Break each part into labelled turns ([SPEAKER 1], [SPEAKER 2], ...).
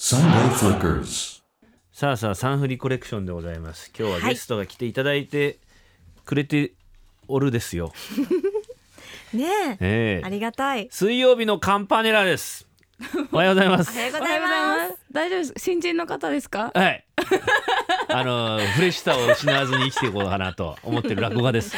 [SPEAKER 1] Sunday Flickers.
[SPEAKER 2] さあさあサンフリコレクションでございます今日ははいゲストが来ていただいてくれておるですよ、
[SPEAKER 3] ねえ
[SPEAKER 2] え
[SPEAKER 3] あ
[SPEAKER 2] え
[SPEAKER 3] りがたい
[SPEAKER 2] 水曜日のカンパネラですおはようございま
[SPEAKER 3] お
[SPEAKER 2] す
[SPEAKER 3] はようご
[SPEAKER 4] おは
[SPEAKER 3] ざい
[SPEAKER 4] ようござ
[SPEAKER 3] ま
[SPEAKER 4] い
[SPEAKER 3] す
[SPEAKER 4] ます。大丈夫です。新人の方ですか。
[SPEAKER 2] はい あのフレッシュさを失わずに生きていこうかなと思ってる落語家です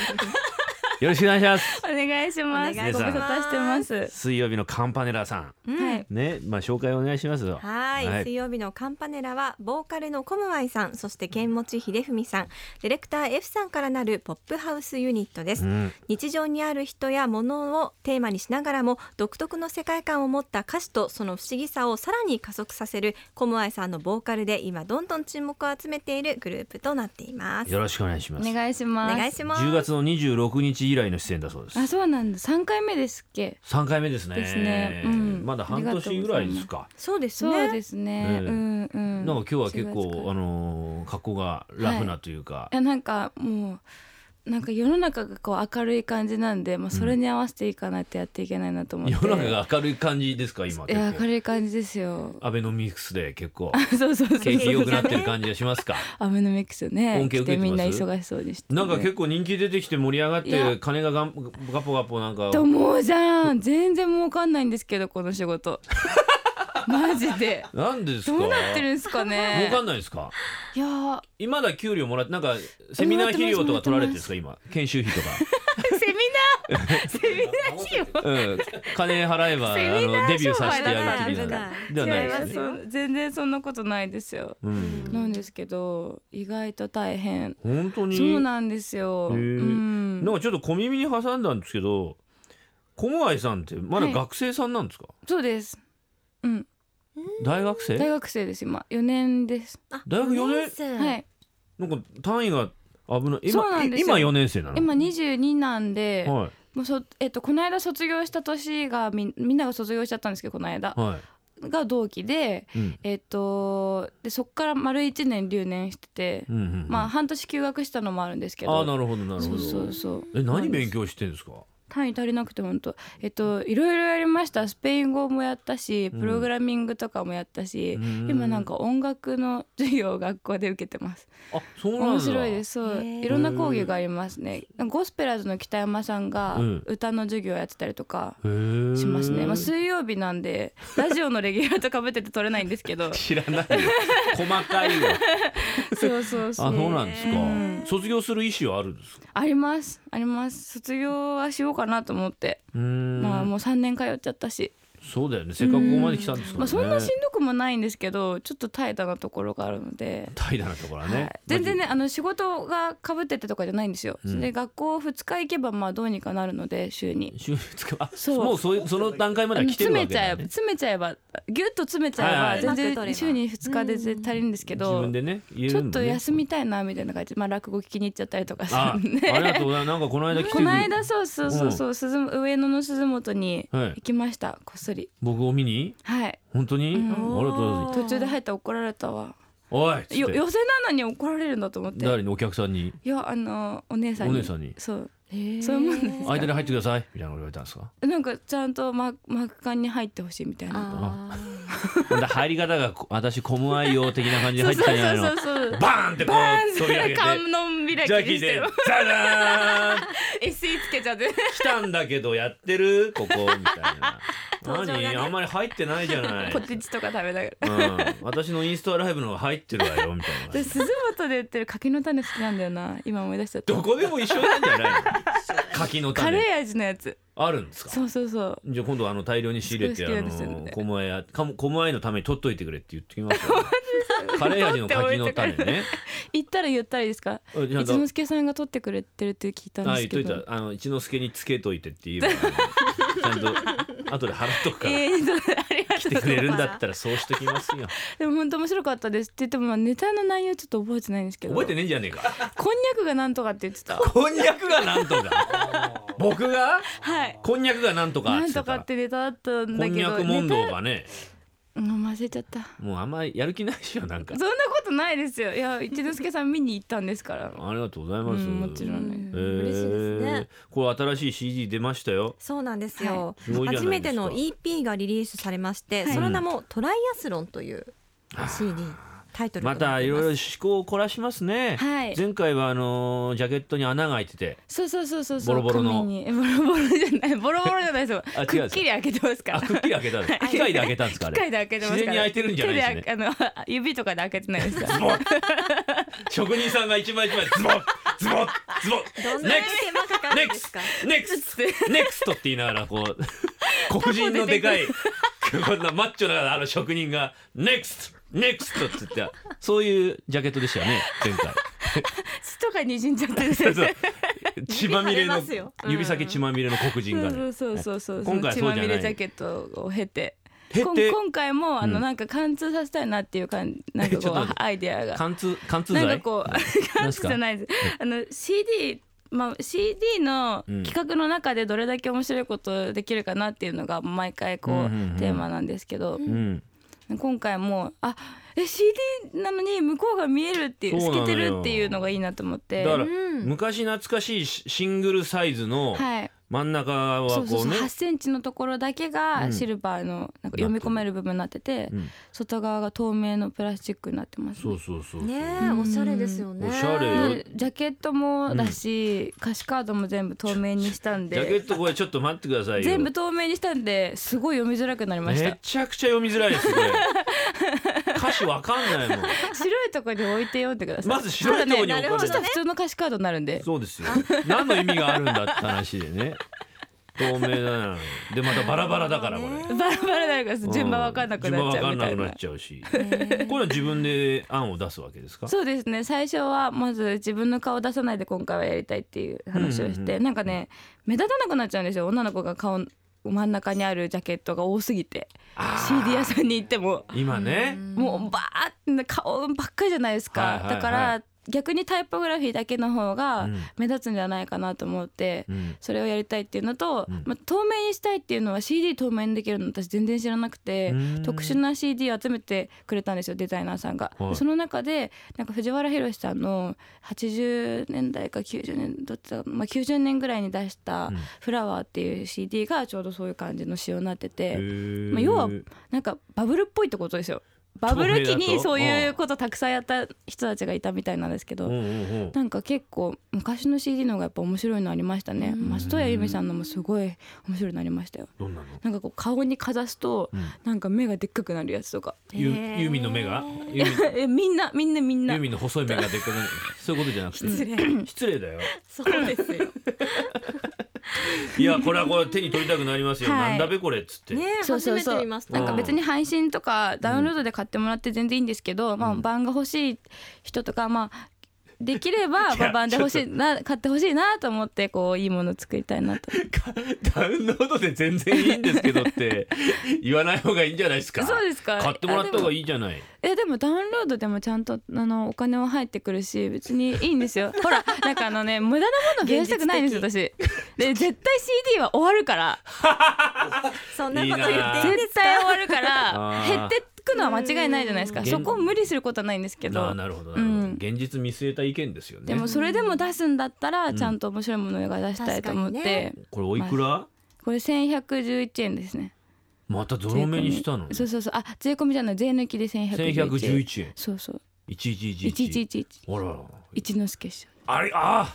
[SPEAKER 2] よろしくお願いします
[SPEAKER 4] お願いします。
[SPEAKER 3] お願
[SPEAKER 4] ご無
[SPEAKER 2] いし
[SPEAKER 4] 沙
[SPEAKER 2] ます
[SPEAKER 4] 汰してます。
[SPEAKER 2] 水曜日のカンパネラさ
[SPEAKER 4] はい。
[SPEAKER 2] んねまあ紹介お願いしますよ
[SPEAKER 3] はい水曜日のカンパネラはボーカルのコムワイさんそして剣持秀文さんディレクター F さんからなるポップハウスユニットです、
[SPEAKER 2] うん
[SPEAKER 3] 日常にある人や物をテーマにしながらも独特の世界観を持った歌詞とその不思議さをさらに加速させるコムアイさんのボーカルで今どんどん注目を集めているグループとなっています
[SPEAKER 2] よろしくお願いしま
[SPEAKER 4] お
[SPEAKER 2] す
[SPEAKER 4] 願いし
[SPEAKER 3] お
[SPEAKER 4] ます。
[SPEAKER 3] 願いします
[SPEAKER 2] 10月の26日以来の出演だそうです
[SPEAKER 4] あ、そうなんだ。三回目ですっけ。
[SPEAKER 2] 三回目ですね
[SPEAKER 4] ですねうん
[SPEAKER 2] まだ半年ぐらいですか
[SPEAKER 3] そうですね
[SPEAKER 4] そうです
[SPEAKER 2] ね
[SPEAKER 4] ね。うんうん。
[SPEAKER 2] なんか今日は結
[SPEAKER 4] 4月
[SPEAKER 2] 構
[SPEAKER 4] か
[SPEAKER 2] あ
[SPEAKER 4] らい
[SPEAKER 2] のー格好がラフなというか、
[SPEAKER 4] やなんかもうなんか世の中がこう明るい感じなんで、まあそれに合わせていかないとやっていけないなと思って。
[SPEAKER 2] 世の中が明るい感じですか今
[SPEAKER 4] い
[SPEAKER 2] 結
[SPEAKER 4] や明
[SPEAKER 2] 構
[SPEAKER 4] るい感じですよ。
[SPEAKER 2] アベノミクスで結構
[SPEAKER 4] そうそうそう。
[SPEAKER 2] 景気良くなってる感じがし ますか
[SPEAKER 4] アベノミクスね。
[SPEAKER 2] 恩恵受けてます
[SPEAKER 4] 来みんな忙しそうにしてね。
[SPEAKER 2] なんか結構人気出てきて盛り上がっ
[SPEAKER 4] いや
[SPEAKER 2] て金ががんガポガポなんか
[SPEAKER 4] と思うじゃん全然儲かんないんですけどこの 仕事マジで
[SPEAKER 2] なんですか
[SPEAKER 4] どうなってるんですかね
[SPEAKER 2] 儲かんないですか
[SPEAKER 4] いやー
[SPEAKER 2] 今だ給料もらってなんかセミナー費用とか取られてるんですか今研修費とか、
[SPEAKER 4] セミナーセミナー費
[SPEAKER 2] う
[SPEAKER 4] 用
[SPEAKER 2] ん、金払えばあ
[SPEAKER 4] セミナ
[SPEAKER 2] の
[SPEAKER 4] ー
[SPEAKER 2] デビューさせて
[SPEAKER 4] 商
[SPEAKER 2] やる
[SPEAKER 4] 売
[SPEAKER 2] 気
[SPEAKER 3] だ
[SPEAKER 2] に
[SPEAKER 3] から
[SPEAKER 2] なるではない
[SPEAKER 4] 違い
[SPEAKER 2] で
[SPEAKER 4] ますす
[SPEAKER 2] ね、
[SPEAKER 4] そん全然そんなことないですよ、
[SPEAKER 2] うん、
[SPEAKER 4] なんですけど意外と大変
[SPEAKER 2] 本当に
[SPEAKER 4] そうなんですよ、
[SPEAKER 2] へー
[SPEAKER 4] うん
[SPEAKER 2] なんかちょっと小耳に挟んだんですけど小モアイさんってまだ
[SPEAKER 4] はい
[SPEAKER 2] 学生さんなんですか、
[SPEAKER 4] そうですうん
[SPEAKER 2] 大学生
[SPEAKER 4] 大学生です今4年です
[SPEAKER 3] あ
[SPEAKER 2] 大学四年
[SPEAKER 3] 生
[SPEAKER 4] はい
[SPEAKER 2] なんか単位が危ない
[SPEAKER 4] そう
[SPEAKER 2] 今
[SPEAKER 4] なんですよ
[SPEAKER 2] 今4年生なの
[SPEAKER 4] 今22なんで、
[SPEAKER 2] は
[SPEAKER 4] もうそえっとこの間卒業した年がみんみんなが卒業しちゃったんですけどこの間
[SPEAKER 2] いは
[SPEAKER 4] が同期で
[SPEAKER 2] い、うん
[SPEAKER 4] えっとでそこから丸1年留年してて、
[SPEAKER 2] うんうんうん
[SPEAKER 4] まあ半年休学したのもあるんですけど
[SPEAKER 2] あーなるほどなるほど
[SPEAKER 4] そうそうそう
[SPEAKER 2] え何
[SPEAKER 4] なんで
[SPEAKER 2] 勉
[SPEAKER 4] す
[SPEAKER 2] 強してんですか
[SPEAKER 4] 単位足りなくて本当えっといろいろやりましたスペイン語もやったしプログラミングとかもやったし、
[SPEAKER 2] うん
[SPEAKER 4] 今なんか音楽の授業を学校で受けてます
[SPEAKER 2] あそうなんだ
[SPEAKER 4] 面白いですそう
[SPEAKER 3] へー
[SPEAKER 4] いろんな講義がありますねゴスペラーズの北山さんが
[SPEAKER 2] うん
[SPEAKER 4] 歌の授業やってたりとか、
[SPEAKER 2] へー
[SPEAKER 4] しますね、まあ、水曜日なんでラジオのレギュラーとかぶってて撮れないんですけど
[SPEAKER 2] 知ら ないよ細かいよ
[SPEAKER 4] そうそう
[SPEAKER 2] あ
[SPEAKER 4] そう
[SPEAKER 2] そうなんですか
[SPEAKER 4] うん
[SPEAKER 2] 卒業する意思はあるんですか
[SPEAKER 4] ありますあります卒業はしようかなと思って、
[SPEAKER 2] うーん
[SPEAKER 4] まあもう3年通っちゃったし、
[SPEAKER 2] そうだよねせっかくここまで来たんですからね、
[SPEAKER 4] まあ、そんなしんどくもないんですけどちょっと怠惰なところがあるので、
[SPEAKER 2] 怠惰なところは
[SPEAKER 4] は
[SPEAKER 2] ね
[SPEAKER 4] い、全然ねあの仕事がかぶっててとかじゃないんですよ、
[SPEAKER 2] うん
[SPEAKER 4] で学校2日行けばまあどうにかなるので週に。
[SPEAKER 2] 週つかあ
[SPEAKER 4] そう
[SPEAKER 2] もうそういうその段階までは来てる
[SPEAKER 4] 詰
[SPEAKER 2] わ
[SPEAKER 4] め
[SPEAKER 2] け
[SPEAKER 4] ちゃ
[SPEAKER 2] だ
[SPEAKER 4] え
[SPEAKER 2] よ
[SPEAKER 4] ば
[SPEAKER 2] ね
[SPEAKER 4] 詰めちゃえばギュッと詰めち
[SPEAKER 2] はい
[SPEAKER 4] ゃ
[SPEAKER 2] は
[SPEAKER 4] え
[SPEAKER 2] い
[SPEAKER 4] ば全
[SPEAKER 3] うまく取れば
[SPEAKER 4] 然週に2日で絶対足りるんですけ
[SPEAKER 2] 自
[SPEAKER 4] ど、
[SPEAKER 2] 分でね言え
[SPEAKER 4] ち
[SPEAKER 2] るのも
[SPEAKER 4] ょっ
[SPEAKER 2] ね
[SPEAKER 4] と休みたいなみたいな感じ、まあ、落語聞きに行っちゃったりとかす
[SPEAKER 2] あ
[SPEAKER 4] るんで
[SPEAKER 2] ありがとうございますなんかこの間来て
[SPEAKER 4] こ
[SPEAKER 2] る
[SPEAKER 4] の間そうそうそうそう、鈴上野の鈴本に
[SPEAKER 2] はい
[SPEAKER 4] 行きました、こっそり
[SPEAKER 2] 僕を見に
[SPEAKER 4] はい
[SPEAKER 2] 本当に、
[SPEAKER 4] うん
[SPEAKER 2] ありがとうございます
[SPEAKER 4] 途中で入ったら怒られたわ
[SPEAKER 2] おいっつ
[SPEAKER 4] よ
[SPEAKER 2] って
[SPEAKER 4] 寄せなのに怒られるんだと思って
[SPEAKER 2] 誰にお客さんに
[SPEAKER 4] いやあのお姉さん
[SPEAKER 2] お
[SPEAKER 4] に
[SPEAKER 2] 姉さんに
[SPEAKER 4] そう
[SPEAKER 3] へえ
[SPEAKER 4] そういうもんなんですか
[SPEAKER 2] 間に入ってくださいみたいなこと言われたんですか
[SPEAKER 4] なんかちゃんとママーク缶に入ってほしいみたいな
[SPEAKER 3] あ
[SPEAKER 2] だ入り方がこ私コムアイ用的な感じで
[SPEAKER 4] そ
[SPEAKER 2] 入ってたん
[SPEAKER 4] うそう
[SPEAKER 2] じゃないの
[SPEAKER 4] そうそうそう
[SPEAKER 2] バーンってこ
[SPEAKER 4] バ
[SPEAKER 2] う飛び上
[SPEAKER 4] ー
[SPEAKER 2] げて
[SPEAKER 4] ン観音開
[SPEAKER 2] ジャー
[SPEAKER 4] き
[SPEAKER 2] キ
[SPEAKER 4] に
[SPEAKER 2] ー
[SPEAKER 4] して
[SPEAKER 2] で
[SPEAKER 4] る
[SPEAKER 2] ザラーン
[SPEAKER 4] SE つけちゃって
[SPEAKER 2] 来たんだけどやってるここみたい な
[SPEAKER 3] 登場がね
[SPEAKER 2] 何あんまり入ってないじゃない
[SPEAKER 4] ポテチとか食べながら
[SPEAKER 2] うん、私のインスタライブの方が入ってるわよみたいな
[SPEAKER 4] で鈴本で売ってる柿の種好きなんだよな今思い出しちゃった
[SPEAKER 2] どこでも一緒なんじゃないの柿の
[SPEAKER 4] カ
[SPEAKER 2] 種
[SPEAKER 4] レー味のやつ
[SPEAKER 2] あるんですか
[SPEAKER 4] そうそうそう
[SPEAKER 2] じゃあ今度あの大量に仕入れて
[SPEAKER 4] すごい
[SPEAKER 2] あ
[SPEAKER 4] 好きなんですよね
[SPEAKER 2] の小前やかも小前のために取っといてくれって言ってきます よカレー味の柿の種ね
[SPEAKER 4] 行ったら言ったらいいですか
[SPEAKER 2] あちゃん
[SPEAKER 4] 一
[SPEAKER 2] と
[SPEAKER 4] 之輔さんが撮ってくれてるって聞いたん
[SPEAKER 2] あ
[SPEAKER 4] で
[SPEAKER 2] 言
[SPEAKER 4] す
[SPEAKER 2] っと
[SPEAKER 4] け
[SPEAKER 2] い
[SPEAKER 4] ど
[SPEAKER 2] たあの一之輔につけといてって言え ばあのちゃんと後で払っとくから、
[SPEAKER 4] えーそうありが
[SPEAKER 2] 来
[SPEAKER 4] とう
[SPEAKER 2] て
[SPEAKER 4] ご
[SPEAKER 2] く
[SPEAKER 4] ざい
[SPEAKER 2] れ
[SPEAKER 4] ます
[SPEAKER 2] るんだったらそうしときます よ
[SPEAKER 4] でも本当面白かったですって言ってもまあネタの内容ちょっと覚えてないんですけど
[SPEAKER 2] 覚えてねえんじゃねえか
[SPEAKER 4] こんにゃくがなんとかって言ってた
[SPEAKER 2] こんにゃくがなん とか僕が
[SPEAKER 4] はい
[SPEAKER 2] こんにゃくがなんとかっ
[SPEAKER 4] な
[SPEAKER 2] つっ
[SPEAKER 4] ん
[SPEAKER 2] てた
[SPEAKER 4] とかってネタだったん
[SPEAKER 2] こ
[SPEAKER 4] だ
[SPEAKER 2] ん
[SPEAKER 4] け
[SPEAKER 2] にゃ
[SPEAKER 4] ど
[SPEAKER 2] く問答
[SPEAKER 4] ネ
[SPEAKER 2] がね
[SPEAKER 4] タうん忘れちゃった
[SPEAKER 2] もうあんまりやる気ないっしょなんか
[SPEAKER 4] そんなことないですよいや一之輔さん見に行ったんですから
[SPEAKER 2] ありがとうござい
[SPEAKER 4] うん
[SPEAKER 2] ます、
[SPEAKER 4] もちろん
[SPEAKER 3] う
[SPEAKER 4] ね
[SPEAKER 3] ん嬉しいですね
[SPEAKER 2] これ新しい CD 出ましたよ
[SPEAKER 3] そうなんですよ、
[SPEAKER 2] はいすごいじゃ
[SPEAKER 3] 初
[SPEAKER 2] ない
[SPEAKER 3] め
[SPEAKER 2] で
[SPEAKER 3] て
[SPEAKER 2] すか
[SPEAKER 3] の EP がリリースされまして、
[SPEAKER 4] はい
[SPEAKER 3] その名もトライアスロンという CD タイトル
[SPEAKER 2] またいろいろ
[SPEAKER 3] ろ
[SPEAKER 2] 趣向を凝らしますね、
[SPEAKER 4] はい
[SPEAKER 2] 前回はあのージャケットに穴が開いて て
[SPEAKER 4] そうそうそうそうそう
[SPEAKER 2] ボロボロの
[SPEAKER 4] 紙にえボロボロじゃないボロボロじゃないですよ
[SPEAKER 2] あ違う
[SPEAKER 4] くっきり開けてますから
[SPEAKER 2] あくっきり開けたんです機械で開けたんですかあ
[SPEAKER 4] 機械
[SPEAKER 2] れ
[SPEAKER 4] で開けてますか
[SPEAKER 2] 自
[SPEAKER 4] ら
[SPEAKER 2] 然に開いてるんじゃないですね
[SPEAKER 4] 手で開けあの指とかで開けてないですから
[SPEAKER 2] ズボッ職人さんが一枚一枚ズボッズボッズボ
[SPEAKER 3] ど
[SPEAKER 2] ッ
[SPEAKER 3] んなに
[SPEAKER 2] ネク
[SPEAKER 3] 手間か かるんですか
[SPEAKER 2] スネクスネクストって言いながらこう 黒人のでかいこんなマッチョなあの職人がネクストネクストって言ってそういうジャケットでしたよね前回
[SPEAKER 4] 血とかにじんじゃってる
[SPEAKER 2] そう 血まみれの
[SPEAKER 3] 指腫れますようん
[SPEAKER 2] 指先血まみれの黒人がね
[SPEAKER 4] そうそうそうそうそう
[SPEAKER 2] 今回は
[SPEAKER 4] 血
[SPEAKER 2] そう
[SPEAKER 4] ま
[SPEAKER 2] じゃ
[SPEAKER 4] み
[SPEAKER 2] な
[SPEAKER 4] れジャ
[SPEAKER 2] い
[SPEAKER 4] ケットを経て
[SPEAKER 2] 経
[SPEAKER 4] こん
[SPEAKER 2] て
[SPEAKER 4] 今回もあの、
[SPEAKER 2] うん
[SPEAKER 4] なんか貫通させたいなっていうかんなん
[SPEAKER 2] えち
[SPEAKER 4] か
[SPEAKER 2] ょっ
[SPEAKER 4] こう
[SPEAKER 2] と待って
[SPEAKER 4] アイデアが
[SPEAKER 2] 貫通貫通
[SPEAKER 4] な
[SPEAKER 2] 罪
[SPEAKER 4] んかこう
[SPEAKER 2] な
[SPEAKER 4] 貫
[SPEAKER 2] んす
[SPEAKER 4] 通
[SPEAKER 2] か
[SPEAKER 4] じゃないですあの CD まあ、CD の
[SPEAKER 2] うん
[SPEAKER 4] 企画の中でどれだけ面白いことできるかなっていうのが毎回こう、
[SPEAKER 2] うんうんうん
[SPEAKER 4] テーマなんですけど、
[SPEAKER 2] うん
[SPEAKER 4] 今回もあえ CD なのに向こうが見えるっていう
[SPEAKER 2] そうなの
[SPEAKER 4] 透
[SPEAKER 2] よ
[SPEAKER 4] けてるっていうのがいいなと思って
[SPEAKER 2] だから
[SPEAKER 3] うん
[SPEAKER 2] 昔懐かしいシシングルサイズの
[SPEAKER 4] はい、
[SPEAKER 2] 真ん中は
[SPEAKER 4] そうそう
[SPEAKER 2] こう
[SPEAKER 4] そう
[SPEAKER 2] ね
[SPEAKER 4] 8センチのところだけ
[SPEAKER 2] う
[SPEAKER 4] が
[SPEAKER 2] ん
[SPEAKER 4] シルバーのなんか読み込める部分になってて、
[SPEAKER 2] うん
[SPEAKER 4] 外側が透明のプラスチックになってます
[SPEAKER 2] そうそうそうそう
[SPEAKER 3] ねえおしゃれですよね
[SPEAKER 2] おしゃれよ
[SPEAKER 4] でジャケットもだし、歌詞カードも全部透明にしたん
[SPEAKER 2] ジャケ
[SPEAKER 4] で
[SPEAKER 2] ットこれちょっと待ってくださいよ
[SPEAKER 4] 全部透明にしたんですごい読みづらくなりました
[SPEAKER 2] めちゃくちゃ読みづらい ですこれ歌詞わかんないもん
[SPEAKER 4] 白いとこに置いて読んでください
[SPEAKER 2] まず白いとこに置
[SPEAKER 3] そうだねなるほ
[SPEAKER 2] か
[SPEAKER 3] ど
[SPEAKER 4] そ
[SPEAKER 2] れ
[SPEAKER 4] したら普通の歌詞カードになるんで
[SPEAKER 2] そうですよ何の意味があるんだって話でね透明だなでまたバラバラだからこれ
[SPEAKER 3] ね
[SPEAKER 4] バラバラだから順番わかんなくなっち
[SPEAKER 2] 順番
[SPEAKER 4] ゃうみた
[SPEAKER 2] わか
[SPEAKER 4] い
[SPEAKER 2] んなくな
[SPEAKER 4] な
[SPEAKER 2] っちゃうしこれは自分で案を出すわけですか
[SPEAKER 4] そうですね最初はまず自分の顔出さないで今回はやりたいっていう話をして、
[SPEAKER 2] うんうんう
[SPEAKER 4] なんかね目立たなくなっちゃうんですよ女の子が顔真ん中にあるジャケットが多すぎて CD 屋さんに行っても
[SPEAKER 2] 今ね
[SPEAKER 4] もうバーって顔ばっかりじゃないですか、
[SPEAKER 2] はいはいはい
[SPEAKER 4] だから逆にタイポグラフィーだけの方
[SPEAKER 2] う
[SPEAKER 4] が
[SPEAKER 2] ん
[SPEAKER 4] 目立つんじゃないかなと思って。
[SPEAKER 2] うん
[SPEAKER 4] それをやりたいっていうのと、
[SPEAKER 2] うん
[SPEAKER 4] まあ、透明にしたいっていうのは CD 透明にできるの私全然知らなくて、
[SPEAKER 2] うん
[SPEAKER 4] 特殊な CD を集めてくれたんですよデザイナーさんが、
[SPEAKER 2] はい
[SPEAKER 4] その中でなんか藤原宏さんの80年代か90年どっちだ、まあ、90年ぐらいに出した
[SPEAKER 2] うん
[SPEAKER 4] 「フラワーっていう CD がちょうどそういう感じの仕様になってて、
[SPEAKER 2] へー
[SPEAKER 4] まあ要はなんかバブルっぽいってことですよバブル期
[SPEAKER 2] 透明だ
[SPEAKER 4] に
[SPEAKER 2] と
[SPEAKER 4] そういうことたくさんやった人たちがいたみたいなんですけど、
[SPEAKER 2] うんうんうん
[SPEAKER 4] なんか結構昔の CD の方がやっぱ面白いのありましたね
[SPEAKER 3] うん
[SPEAKER 4] 松任谷由実さんのもすごい面白いのありましたよ
[SPEAKER 2] どんなの
[SPEAKER 4] なんかこう顔にかざすと
[SPEAKER 2] うん
[SPEAKER 4] なんか目がでっかくなるやつとか
[SPEAKER 2] ゆ
[SPEAKER 3] へー
[SPEAKER 2] ユーミンの目がユーミン
[SPEAKER 4] えみんなみんなみん
[SPEAKER 2] ユ
[SPEAKER 4] な
[SPEAKER 2] ーミンの細い目がでっかくなるそういうことじゃなくて
[SPEAKER 3] 失礼
[SPEAKER 2] 失礼だよ
[SPEAKER 3] そうですよ
[SPEAKER 2] いやこれはこれ手に取りたくなりますよ、
[SPEAKER 4] は
[SPEAKER 2] な
[SPEAKER 4] い
[SPEAKER 2] んだべこれっつって、
[SPEAKER 3] ねえ
[SPEAKER 4] そ う
[SPEAKER 3] 初
[SPEAKER 4] そう
[SPEAKER 3] め
[SPEAKER 4] そう
[SPEAKER 3] て見ました
[SPEAKER 4] なんか別に配信とかダウンロードで買ってもらって全然いいんですけど、まあ
[SPEAKER 2] うん
[SPEAKER 4] 版が欲しい人とかまあできれば
[SPEAKER 2] いや
[SPEAKER 4] まあ版で欲しいな買ってほしいなと思ってこういいもの作りたいなと
[SPEAKER 2] ダウンロードで全然いいんですけどって 言わない方がいいんじゃないですか
[SPEAKER 4] そうですか
[SPEAKER 2] 買ってもらった方が
[SPEAKER 4] いい
[SPEAKER 2] いいじゃない
[SPEAKER 4] えでもダウンロードでもちゃんとあのお金は入ってくるし別にいい んですよほらなんかあのね無駄なもの増やしたくないんですよ私で絶対 CD は終わるから
[SPEAKER 3] そんなこと言っていいんで
[SPEAKER 4] 絶
[SPEAKER 3] すか
[SPEAKER 4] 対終わるか
[SPEAKER 2] あ
[SPEAKER 4] ら
[SPEAKER 2] ー
[SPEAKER 4] 減ってくのは間違いないじゃないですか
[SPEAKER 2] うん
[SPEAKER 4] そこを無理することはないんですけ
[SPEAKER 2] な
[SPEAKER 4] ど
[SPEAKER 2] なるほどなるほど、
[SPEAKER 4] うん
[SPEAKER 2] 現実見据えた意見ですよね
[SPEAKER 4] でもそれでも出すんだったらちゃんと面白いものが出したいと思って、
[SPEAKER 3] 確かにね
[SPEAKER 2] これおいくら、
[SPEAKER 4] これ1111円ですね
[SPEAKER 2] またゾロ目にしたの
[SPEAKER 4] 税込みそうそうそうあ税込みじゃない税抜きで1111円
[SPEAKER 2] 1111円
[SPEAKER 4] そうそう
[SPEAKER 2] 1111
[SPEAKER 4] 1111
[SPEAKER 2] あらら
[SPEAKER 4] 一之輔師匠
[SPEAKER 2] あれあ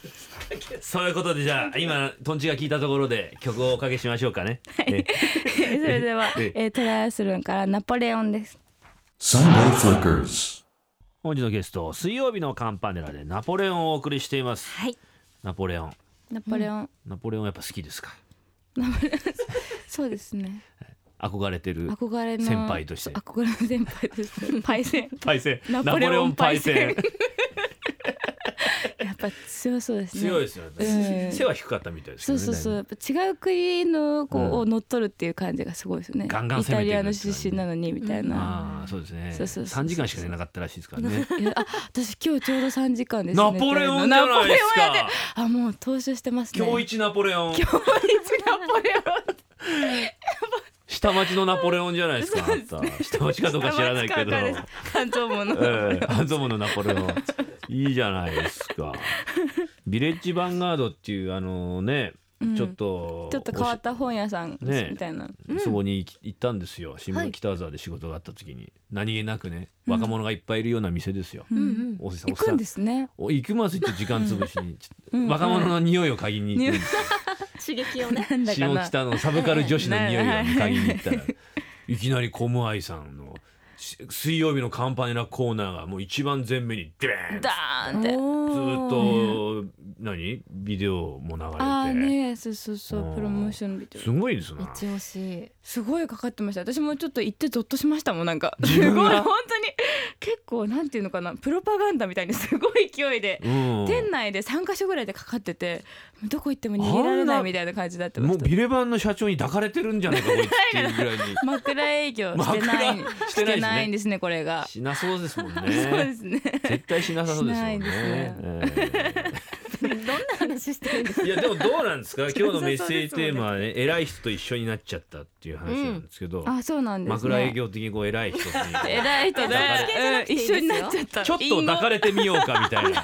[SPEAKER 2] ーそういうことでじゃあ今トンチが聞いたところで曲をおかけしましょうかね、え
[SPEAKER 4] それでは、
[SPEAKER 2] え
[SPEAKER 4] えー、トライアスロンからナポレオンです。
[SPEAKER 1] Sunday Flickers.
[SPEAKER 2] 本日のゲスト水曜日のカンパネラでナポレオンをお送りしています
[SPEAKER 3] はい
[SPEAKER 2] ナポレオン
[SPEAKER 4] ナポレオン、
[SPEAKER 2] ナポレオンやっぱ好きですか
[SPEAKER 4] そうですね。
[SPEAKER 2] 憧れてる
[SPEAKER 4] 憧れの
[SPEAKER 2] 先輩として
[SPEAKER 4] そう憧れの先輩として。 パイセン。
[SPEAKER 2] パイセン
[SPEAKER 4] ナポレオンパイセンやっぱ強そうですね。
[SPEAKER 2] 強いですよ、
[SPEAKER 4] ええ
[SPEAKER 2] 背は低かったみたいです
[SPEAKER 4] そ
[SPEAKER 2] よ
[SPEAKER 4] う
[SPEAKER 2] ね
[SPEAKER 4] そうそ
[SPEAKER 2] だ
[SPEAKER 4] う。や
[SPEAKER 2] い
[SPEAKER 4] っぱ違う国のこう、
[SPEAKER 2] うん
[SPEAKER 4] を乗っ取るっていう感じがすごいですね。
[SPEAKER 2] ガンガン
[SPEAKER 4] イ
[SPEAKER 2] 攻
[SPEAKER 4] タ
[SPEAKER 2] めて
[SPEAKER 4] リ
[SPEAKER 2] くる
[SPEAKER 4] アの出身なのにみたい
[SPEAKER 2] ぶ
[SPEAKER 4] な。
[SPEAKER 2] ああそうですね
[SPEAKER 4] そうそうそうそう
[SPEAKER 2] 三時間しか寝なかったらしいですから ね
[SPEAKER 4] いやあ、私今日ちょうど三時間です、ね。
[SPEAKER 2] ナポレオンじゃないです
[SPEAKER 4] ナポレオンや
[SPEAKER 2] か
[SPEAKER 4] であ、もう投資してますね。
[SPEAKER 2] 今日一ナポレオン
[SPEAKER 4] 今日一ナポレ
[SPEAKER 2] 下町のナポレオンじゃないですかあなた下町かど
[SPEAKER 4] オ
[SPEAKER 2] う
[SPEAKER 4] ン。
[SPEAKER 2] か知らないけど
[SPEAKER 4] あまあ使うからです感情もの。
[SPEAKER 2] ええ半蔵門のナポレオン いいじゃないですかビレッジヴァンガードっていうあのね
[SPEAKER 4] うん
[SPEAKER 2] ちょっと、
[SPEAKER 4] ちょっと変わった本屋さん
[SPEAKER 2] ねえ
[SPEAKER 4] みたいな、
[SPEAKER 3] うん
[SPEAKER 2] そこに行き行ったんですよ新
[SPEAKER 3] は
[SPEAKER 2] 聞
[SPEAKER 3] い
[SPEAKER 2] 北沢で仕事があった時に、何気なくね若者がいっぱいいるような店ですよ、
[SPEAKER 4] うん
[SPEAKER 3] うん
[SPEAKER 2] おじさん
[SPEAKER 4] 行
[SPEAKER 2] おっさ
[SPEAKER 4] くん
[SPEAKER 2] ん
[SPEAKER 4] ですね、
[SPEAKER 2] お行きますって時間つぶしに、ちょっと
[SPEAKER 4] うん
[SPEAKER 2] 若者の匂いを嗅ぎに行って
[SPEAKER 3] 刺激をね
[SPEAKER 4] なんだか
[SPEAKER 2] 下
[SPEAKER 4] な
[SPEAKER 2] 北のサブカル女子の匂いを
[SPEAKER 4] はい
[SPEAKER 2] 嗅ぎに行ったらいきなりコムアイさんのし水曜日のカンパネラコーナーがもう一番前面にデーン
[SPEAKER 4] ダーンって
[SPEAKER 2] ずーっ
[SPEAKER 3] おー
[SPEAKER 2] と何ビデオも流れて、
[SPEAKER 4] ああねえそうそうそう
[SPEAKER 2] うん
[SPEAKER 4] プロモーションビデ
[SPEAKER 2] す
[SPEAKER 4] オ
[SPEAKER 2] ごいですな
[SPEAKER 3] 一押し
[SPEAKER 4] すごいかかってました私もちょっと行ってゾッとしましたもんなんかす
[SPEAKER 2] 自分
[SPEAKER 4] ごい
[SPEAKER 2] が
[SPEAKER 4] 本当に結構なんていうのかなプロパガンダみたいに すごい勢いで
[SPEAKER 2] うん
[SPEAKER 4] 店内で3箇所ぐらいでかかっててどこ行っても逃げられないみたいな感じだった
[SPEAKER 2] もうビレバンの社長に抱かれてるんじゃないかこいつっていうぐらいに
[SPEAKER 4] 枕営業してない
[SPEAKER 2] 枕
[SPEAKER 4] し
[SPEAKER 2] しててないですね
[SPEAKER 4] ないんですねこれが、
[SPEAKER 2] しなそうですもんね
[SPEAKER 4] そうですね
[SPEAKER 2] 絶対しなさそうですもん
[SPEAKER 4] し
[SPEAKER 2] ね
[SPEAKER 4] な
[SPEAKER 3] どんな話してるんですか
[SPEAKER 2] えーいやでもどうなんです か今日のメッセージテーマはね偉い人と一緒になっちゃったっていう話なんですけど、
[SPEAKER 4] あそうなんです、ね、
[SPEAKER 2] 枕営業的にこう偉い人に
[SPEAKER 4] 偉い人
[SPEAKER 2] 抱
[SPEAKER 4] で、
[SPEAKER 2] か
[SPEAKER 3] れ
[SPEAKER 4] うん一緒になっちゃった
[SPEAKER 2] ちょっと抱かれてみようかみたいな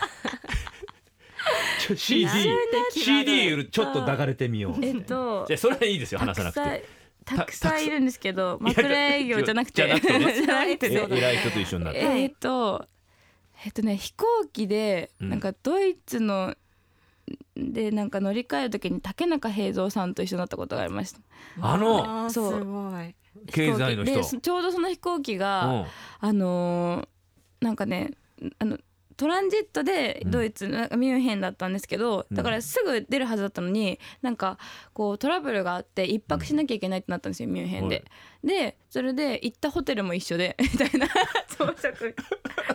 [SPEAKER 2] ちょ CD
[SPEAKER 3] なるほど
[SPEAKER 2] CD 売るちょっと抱かれてみようみたいな
[SPEAKER 4] えっと
[SPEAKER 2] じゃあそれはいいですよ話さなくて
[SPEAKER 4] たくさんたくさんいるんですけど
[SPEAKER 2] たくさん
[SPEAKER 4] 枕営業じゃなく
[SPEAKER 2] じ
[SPEAKER 4] て
[SPEAKER 2] ゃなくてね
[SPEAKER 4] じゃなく
[SPEAKER 2] え
[SPEAKER 4] て
[SPEAKER 3] そうだね
[SPEAKER 2] 偉い人と一緒になって
[SPEAKER 4] えっとえっとね飛行機で
[SPEAKER 2] うん
[SPEAKER 4] なんかドイツのでなんか乗り換える時に竹中平蔵さんと一緒になったことがありました
[SPEAKER 2] あの
[SPEAKER 3] あー
[SPEAKER 4] そう
[SPEAKER 3] すごい
[SPEAKER 2] 経済の
[SPEAKER 4] 飛行
[SPEAKER 2] 人
[SPEAKER 4] 機でちょうどその飛行機が、
[SPEAKER 2] うん
[SPEAKER 4] あのーなんかねあのトランジットでドイツ、なんかミュンヘンだったんですけど
[SPEAKER 2] うん
[SPEAKER 4] だからすぐ出るはずだったのになんかこうトラブルがあって一泊しなきゃいけないってなったんですよ、ミュンヘンで。でそれで行ったホテルも一緒でみたいな 朝食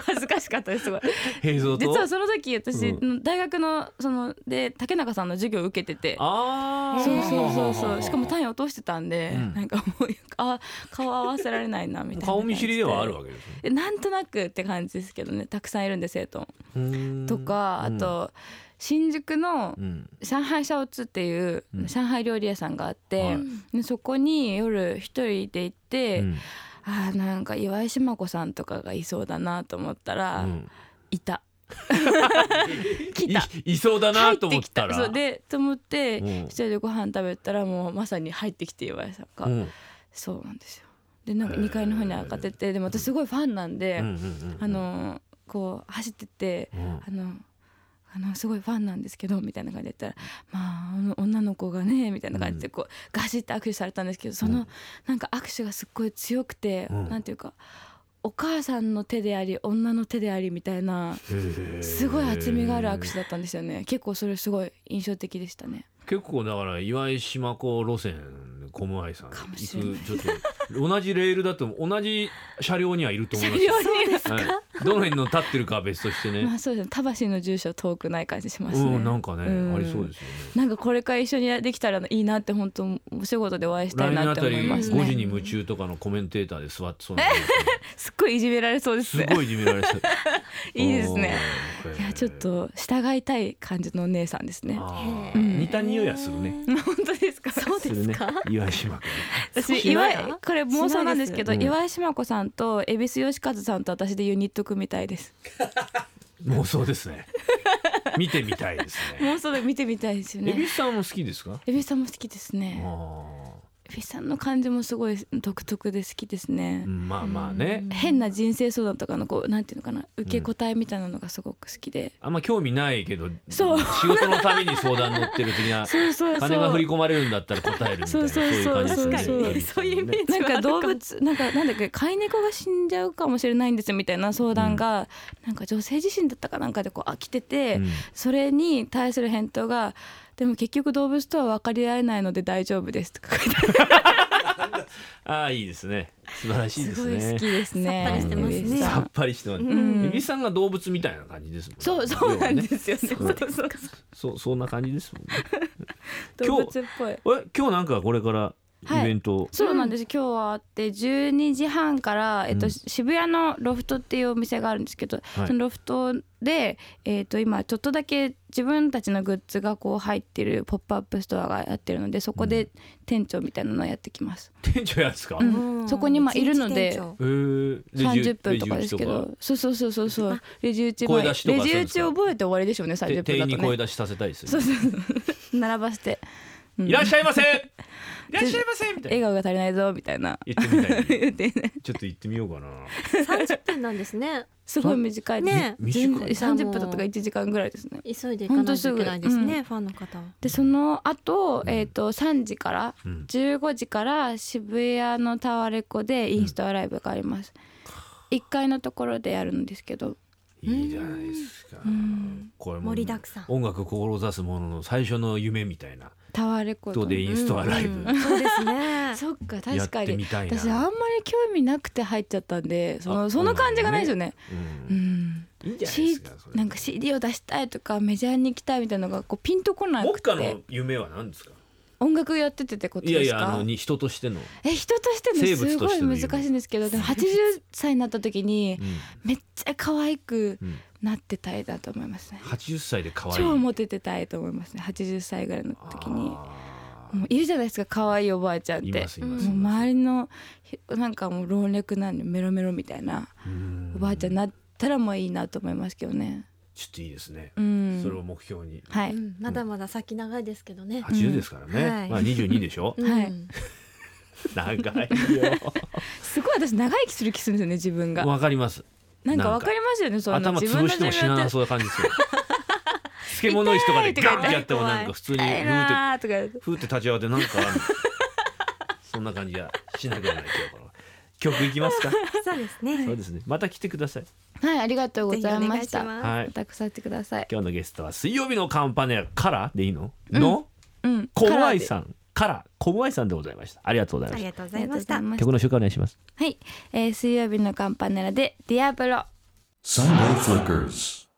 [SPEAKER 4] 恥ずかしかったですすごい。
[SPEAKER 2] 平蔵と
[SPEAKER 4] 実はその時私、
[SPEAKER 2] う
[SPEAKER 4] 大学のそので竹中さんの授業を受けてて。
[SPEAKER 2] あー
[SPEAKER 4] そうそうそうそうしかも単位落としてたんで、
[SPEAKER 2] うん
[SPEAKER 4] なんかもうあ顔合わせられないなみたいな
[SPEAKER 2] 顔見知りではあ
[SPEAKER 4] わ
[SPEAKER 2] るわけですね
[SPEAKER 4] えなんとなくって感じですけどねたくさんいるんで生徒も
[SPEAKER 2] うーん
[SPEAKER 4] とかあと、新宿の
[SPEAKER 2] うん
[SPEAKER 4] 上海シャオツっていう
[SPEAKER 2] うん
[SPEAKER 4] 上海料理屋さんがあって、
[SPEAKER 2] はい
[SPEAKER 4] でそこに夜一人で行っ
[SPEAKER 2] う
[SPEAKER 4] て、
[SPEAKER 2] ん
[SPEAKER 4] あーなんか岩井志麻子さんとかがいそうだなと思ったら、
[SPEAKER 2] うん
[SPEAKER 4] いた 来た
[SPEAKER 2] いいそうだなと思
[SPEAKER 4] 入っ
[SPEAKER 2] って
[SPEAKER 4] き
[SPEAKER 2] たら
[SPEAKER 4] そうでと思って、
[SPEAKER 2] うん
[SPEAKER 4] 一人でご飯食べたらもうまさに入ってきて岩井さんが、
[SPEAKER 2] うん
[SPEAKER 4] そうなんですよでなんか
[SPEAKER 2] へー
[SPEAKER 4] 2階の方に上がっててでも私すごいファンなんで、
[SPEAKER 2] うんうんうん
[SPEAKER 4] あのこう走ってて
[SPEAKER 2] うん
[SPEAKER 4] あのあのすごいファンなんですけどみたいな感じで言ったら「まああの女の子がね」みたいな感じでこうガシッて握手されたんですけどその、
[SPEAKER 2] うん
[SPEAKER 4] なんか握手がすっごい強くて、
[SPEAKER 2] うん
[SPEAKER 4] なんていうかお母さんの手であり女の手でありみたい
[SPEAKER 2] へ
[SPEAKER 4] な
[SPEAKER 2] ー
[SPEAKER 4] すごい厚みがある握手だったんですよね結構それすごい印象的でしたね。
[SPEAKER 2] 結構だから岩井島子路線コムアイさん
[SPEAKER 4] か
[SPEAKER 2] 行
[SPEAKER 4] も
[SPEAKER 2] く
[SPEAKER 4] し
[SPEAKER 2] ち
[SPEAKER 4] れない
[SPEAKER 2] ょっと同じレールだと同じ車両にはいると思います
[SPEAKER 4] 車両に
[SPEAKER 2] 両に、はい、どの辺の立ってるかは別としてね
[SPEAKER 4] まあそうですね魂の住所遠くない感じしますね。
[SPEAKER 2] うんなんかね、
[SPEAKER 4] うん
[SPEAKER 2] ありそうですよね
[SPEAKER 4] なんかこれから一緒にできたらいいなって本当お仕事でお会いした
[SPEAKER 2] 来
[SPEAKER 4] いな
[SPEAKER 2] 年あ
[SPEAKER 4] って
[SPEAKER 2] た
[SPEAKER 4] 思
[SPEAKER 2] り
[SPEAKER 4] います
[SPEAKER 2] 5時
[SPEAKER 4] ね
[SPEAKER 2] に夢中とかのコメンテーターで座ってそうな
[SPEAKER 4] すっご いいじめられそうです
[SPEAKER 2] す
[SPEAKER 4] ね
[SPEAKER 2] ごいいじめられてた
[SPEAKER 4] いいですね
[SPEAKER 2] おー
[SPEAKER 4] いやちょっと従いたい感じのお姉さんですね
[SPEAKER 2] あ
[SPEAKER 3] へ
[SPEAKER 2] ー
[SPEAKER 4] ー
[SPEAKER 2] 似た匂いはするね
[SPEAKER 4] 本当ですか
[SPEAKER 3] そう
[SPEAKER 2] す
[SPEAKER 3] で
[SPEAKER 2] る
[SPEAKER 3] す
[SPEAKER 2] ね
[SPEAKER 3] か
[SPEAKER 2] 岩井島
[SPEAKER 3] そう
[SPEAKER 4] 私
[SPEAKER 3] し
[SPEAKER 4] 岩
[SPEAKER 3] ない
[SPEAKER 4] 井
[SPEAKER 3] な
[SPEAKER 4] これ妄想なんですけど
[SPEAKER 2] しないです
[SPEAKER 4] 岩井志麻子さんと恵比寿義和さんと私でユニット組みたいです
[SPEAKER 2] 君妄想ですね見てみたいですね
[SPEAKER 4] 妄想で見てみたいですよ
[SPEAKER 2] 恵比寿
[SPEAKER 4] ね
[SPEAKER 2] さんも好きですか
[SPEAKER 4] 恵比寿さんも好きです
[SPEAKER 2] あ
[SPEAKER 4] ね
[SPEAKER 2] ー
[SPEAKER 4] 恵比寿さんの感じもすごい独特で好きですね
[SPEAKER 2] うんまあまあね
[SPEAKER 4] 変な人生相談とかのこうなんていうのかな受け答えみたいなのがすごく好きで
[SPEAKER 2] あんま興味ないけど
[SPEAKER 4] そう
[SPEAKER 2] 仕事のために相談乗ってる的な
[SPEAKER 4] そうそうそう
[SPEAKER 2] 金が振り込まれるんだったら答えるみたい
[SPEAKER 4] そう
[SPEAKER 2] な
[SPEAKER 4] そう
[SPEAKER 2] いう感じ
[SPEAKER 4] そう
[SPEAKER 2] ですよね
[SPEAKER 4] 確かに
[SPEAKER 3] そういうイメージ
[SPEAKER 4] なんか動物なんかなんだっけ飼い猫が死んじゃうかもしれないんですよみたいな相談が、なんか女性自身だったかなんかでこう飽きてて、
[SPEAKER 2] うん
[SPEAKER 4] それに対する返答が「でも結局動物とは分かり合えないので大丈夫です」とか書いてある
[SPEAKER 2] ああいいですね素晴らしいです
[SPEAKER 4] すご
[SPEAKER 2] ね
[SPEAKER 4] い好きですね。
[SPEAKER 3] さっぱりしてますね
[SPEAKER 4] エビさ
[SPEAKER 2] さっぱりしてますね蛭子さ
[SPEAKER 4] んうん
[SPEAKER 2] んが動物みたいな感じですもんね
[SPEAKER 4] そうそうなんですよね。
[SPEAKER 2] 要はね
[SPEAKER 4] そうそう
[SPEAKER 2] そうそんな感じですもんね
[SPEAKER 4] 動物っぽい。
[SPEAKER 2] え今日なんかこれからイベント、
[SPEAKER 4] そうなんです、今日はあって12時半から、えっと
[SPEAKER 2] うん
[SPEAKER 4] 渋谷のロフトっていうお店があるんですけど、
[SPEAKER 2] はい
[SPEAKER 4] そのロフトで、えっと今ちょっとだけ自分たちのグッズがこう入ってるポップアップストアがやってるのでそこで店長みたいなのをやってきます、
[SPEAKER 2] 店長やですか、
[SPEAKER 4] う
[SPEAKER 2] え
[SPEAKER 4] んそこにまあいるので
[SPEAKER 3] 一日店
[SPEAKER 2] ーレジ
[SPEAKER 4] 30分とかですけ
[SPEAKER 2] レジ打ちとか
[SPEAKER 4] どそうそうそうそ うそうレジ打ち
[SPEAKER 2] 声
[SPEAKER 4] 前レ
[SPEAKER 2] 出しとかするん
[SPEAKER 4] ジ
[SPEAKER 2] で
[SPEAKER 4] 打
[SPEAKER 2] すか
[SPEAKER 4] ち覚えて終わりでしょうね
[SPEAKER 2] て
[SPEAKER 4] 30
[SPEAKER 2] 店員
[SPEAKER 4] 分
[SPEAKER 2] に
[SPEAKER 4] だと
[SPEAKER 2] 声
[SPEAKER 4] ね
[SPEAKER 2] 出しさせたりする
[SPEAKER 4] そうそうそう並ばせてうん
[SPEAKER 2] いらっしゃいませいらっしゃいませみたい
[SPEAKER 4] 笑
[SPEAKER 2] な
[SPEAKER 4] 顔が足りないぞみたいな
[SPEAKER 2] 言ってみたいな
[SPEAKER 4] 言ってね
[SPEAKER 2] ちょっと行ってみようかな
[SPEAKER 3] 三十分なんですね。
[SPEAKER 4] すごい短い
[SPEAKER 3] ね
[SPEAKER 4] 全
[SPEAKER 2] 短
[SPEAKER 4] 然
[SPEAKER 2] い
[SPEAKER 4] 30分だとか1時間ぐらいですね
[SPEAKER 3] 急いで行かないといけないです
[SPEAKER 4] ほんとす
[SPEAKER 3] ね。ファンの方は。
[SPEAKER 4] でその後、
[SPEAKER 2] うん
[SPEAKER 4] えっ、と3時から
[SPEAKER 2] うん
[SPEAKER 4] 15時から渋谷のタワレコでインスタライブがあります、一1階のところでやるんですけど
[SPEAKER 2] いいじゃないですか
[SPEAKER 4] うん
[SPEAKER 2] これも
[SPEAKER 3] 盛りだくさん。
[SPEAKER 2] 音楽志す者の最初の夢みたいな
[SPEAKER 4] タワレコ
[SPEAKER 2] ことでインストアライブ
[SPEAKER 3] うんそうですね。
[SPEAKER 4] そっか
[SPEAKER 2] やっ
[SPEAKER 4] 確か
[SPEAKER 2] て
[SPEAKER 4] に
[SPEAKER 2] みたいな
[SPEAKER 4] 私あんまり興味なくて入っちゃったんでそ
[SPEAKER 2] あ
[SPEAKER 4] のその感じがないですよね
[SPEAKER 2] うん
[SPEAKER 4] うん
[SPEAKER 2] いいんじゃないですかそれ
[SPEAKER 4] なんか CD を出したいとかメジャーに行きたいみたいなのがこうピンとこな
[SPEAKER 2] 目
[SPEAKER 4] く
[SPEAKER 2] 下
[SPEAKER 4] て
[SPEAKER 2] の夢は何ですか
[SPEAKER 4] 音楽やっててってこと
[SPEAKER 2] いや
[SPEAKER 4] で
[SPEAKER 2] い
[SPEAKER 4] すか
[SPEAKER 2] やあのに人としての、
[SPEAKER 4] え人として
[SPEAKER 2] 生物
[SPEAKER 4] のす
[SPEAKER 2] と
[SPEAKER 4] ご
[SPEAKER 2] し
[SPEAKER 4] い
[SPEAKER 2] ての
[SPEAKER 4] 難
[SPEAKER 2] 夢
[SPEAKER 4] しいんですけ どでも80歳になった時に
[SPEAKER 2] うん
[SPEAKER 4] めっちゃ可愛く
[SPEAKER 2] うん、
[SPEAKER 4] なってたいだと思いますね
[SPEAKER 2] 80歳で可愛い
[SPEAKER 4] 超モテてたいと思いますね80歳ぐらいの時に
[SPEAKER 2] あー
[SPEAKER 4] もういるじゃないですか可愛いおばあちゃんっ
[SPEAKER 2] い
[SPEAKER 4] て
[SPEAKER 2] ますいますい
[SPEAKER 4] もう
[SPEAKER 2] ます
[SPEAKER 4] 周りのひなんかもう老若男女メロメロみたいな
[SPEAKER 2] うん
[SPEAKER 4] おばあちゃんになったらもういいなと思いますけどね
[SPEAKER 2] ちょっといいですね、
[SPEAKER 4] うん
[SPEAKER 2] それを目標に
[SPEAKER 4] は
[SPEAKER 3] う
[SPEAKER 4] い
[SPEAKER 3] んまだまだ先長いですけどね。
[SPEAKER 2] 80ですからね、
[SPEAKER 3] はい
[SPEAKER 2] まあ22でし ょ
[SPEAKER 4] はい
[SPEAKER 3] うん
[SPEAKER 2] 長いよ
[SPEAKER 4] すごい私長生きする気するんですよね自分が
[SPEAKER 2] わかります
[SPEAKER 4] なんかわかりますよねその
[SPEAKER 2] 頭
[SPEAKER 4] 自
[SPEAKER 2] 潰
[SPEAKER 4] 分の
[SPEAKER 2] しても
[SPEAKER 4] 自
[SPEAKER 2] 死な
[SPEAKER 4] 分
[SPEAKER 2] な
[SPEAKER 4] って
[SPEAKER 2] そうな感じです よ漬物石とかで
[SPEAKER 4] 痛いとか
[SPEAKER 2] ガッてやっても
[SPEAKER 3] 痛い
[SPEAKER 2] なんか普通にふ
[SPEAKER 4] 痛い
[SPEAKER 2] ーって
[SPEAKER 4] なーとか言って
[SPEAKER 2] ふーって立ち上がってなんかあるそんな感じがしなくはない今日から曲いき ますか
[SPEAKER 3] そうです
[SPEAKER 2] そ
[SPEAKER 3] ね
[SPEAKER 2] う。ですねまた来てください
[SPEAKER 4] はいありがとうございました
[SPEAKER 3] ぜひお願いします
[SPEAKER 2] はい
[SPEAKER 4] たくさん来てください
[SPEAKER 2] 今日のゲストは水曜日のカンパネラからでいいの、の
[SPEAKER 4] うん
[SPEAKER 2] コムアイさんからコムアイさんでございましたありがとうござい
[SPEAKER 3] あ
[SPEAKER 2] まし
[SPEAKER 3] り
[SPEAKER 2] た
[SPEAKER 3] がとうござ
[SPEAKER 4] あり
[SPEAKER 3] い
[SPEAKER 4] がとう
[SPEAKER 3] ました。
[SPEAKER 4] ございました
[SPEAKER 2] 曲の紹介お願いします
[SPEAKER 4] はい、えー水曜日のカンパネラでディアブロ
[SPEAKER 1] Sunday Flickers.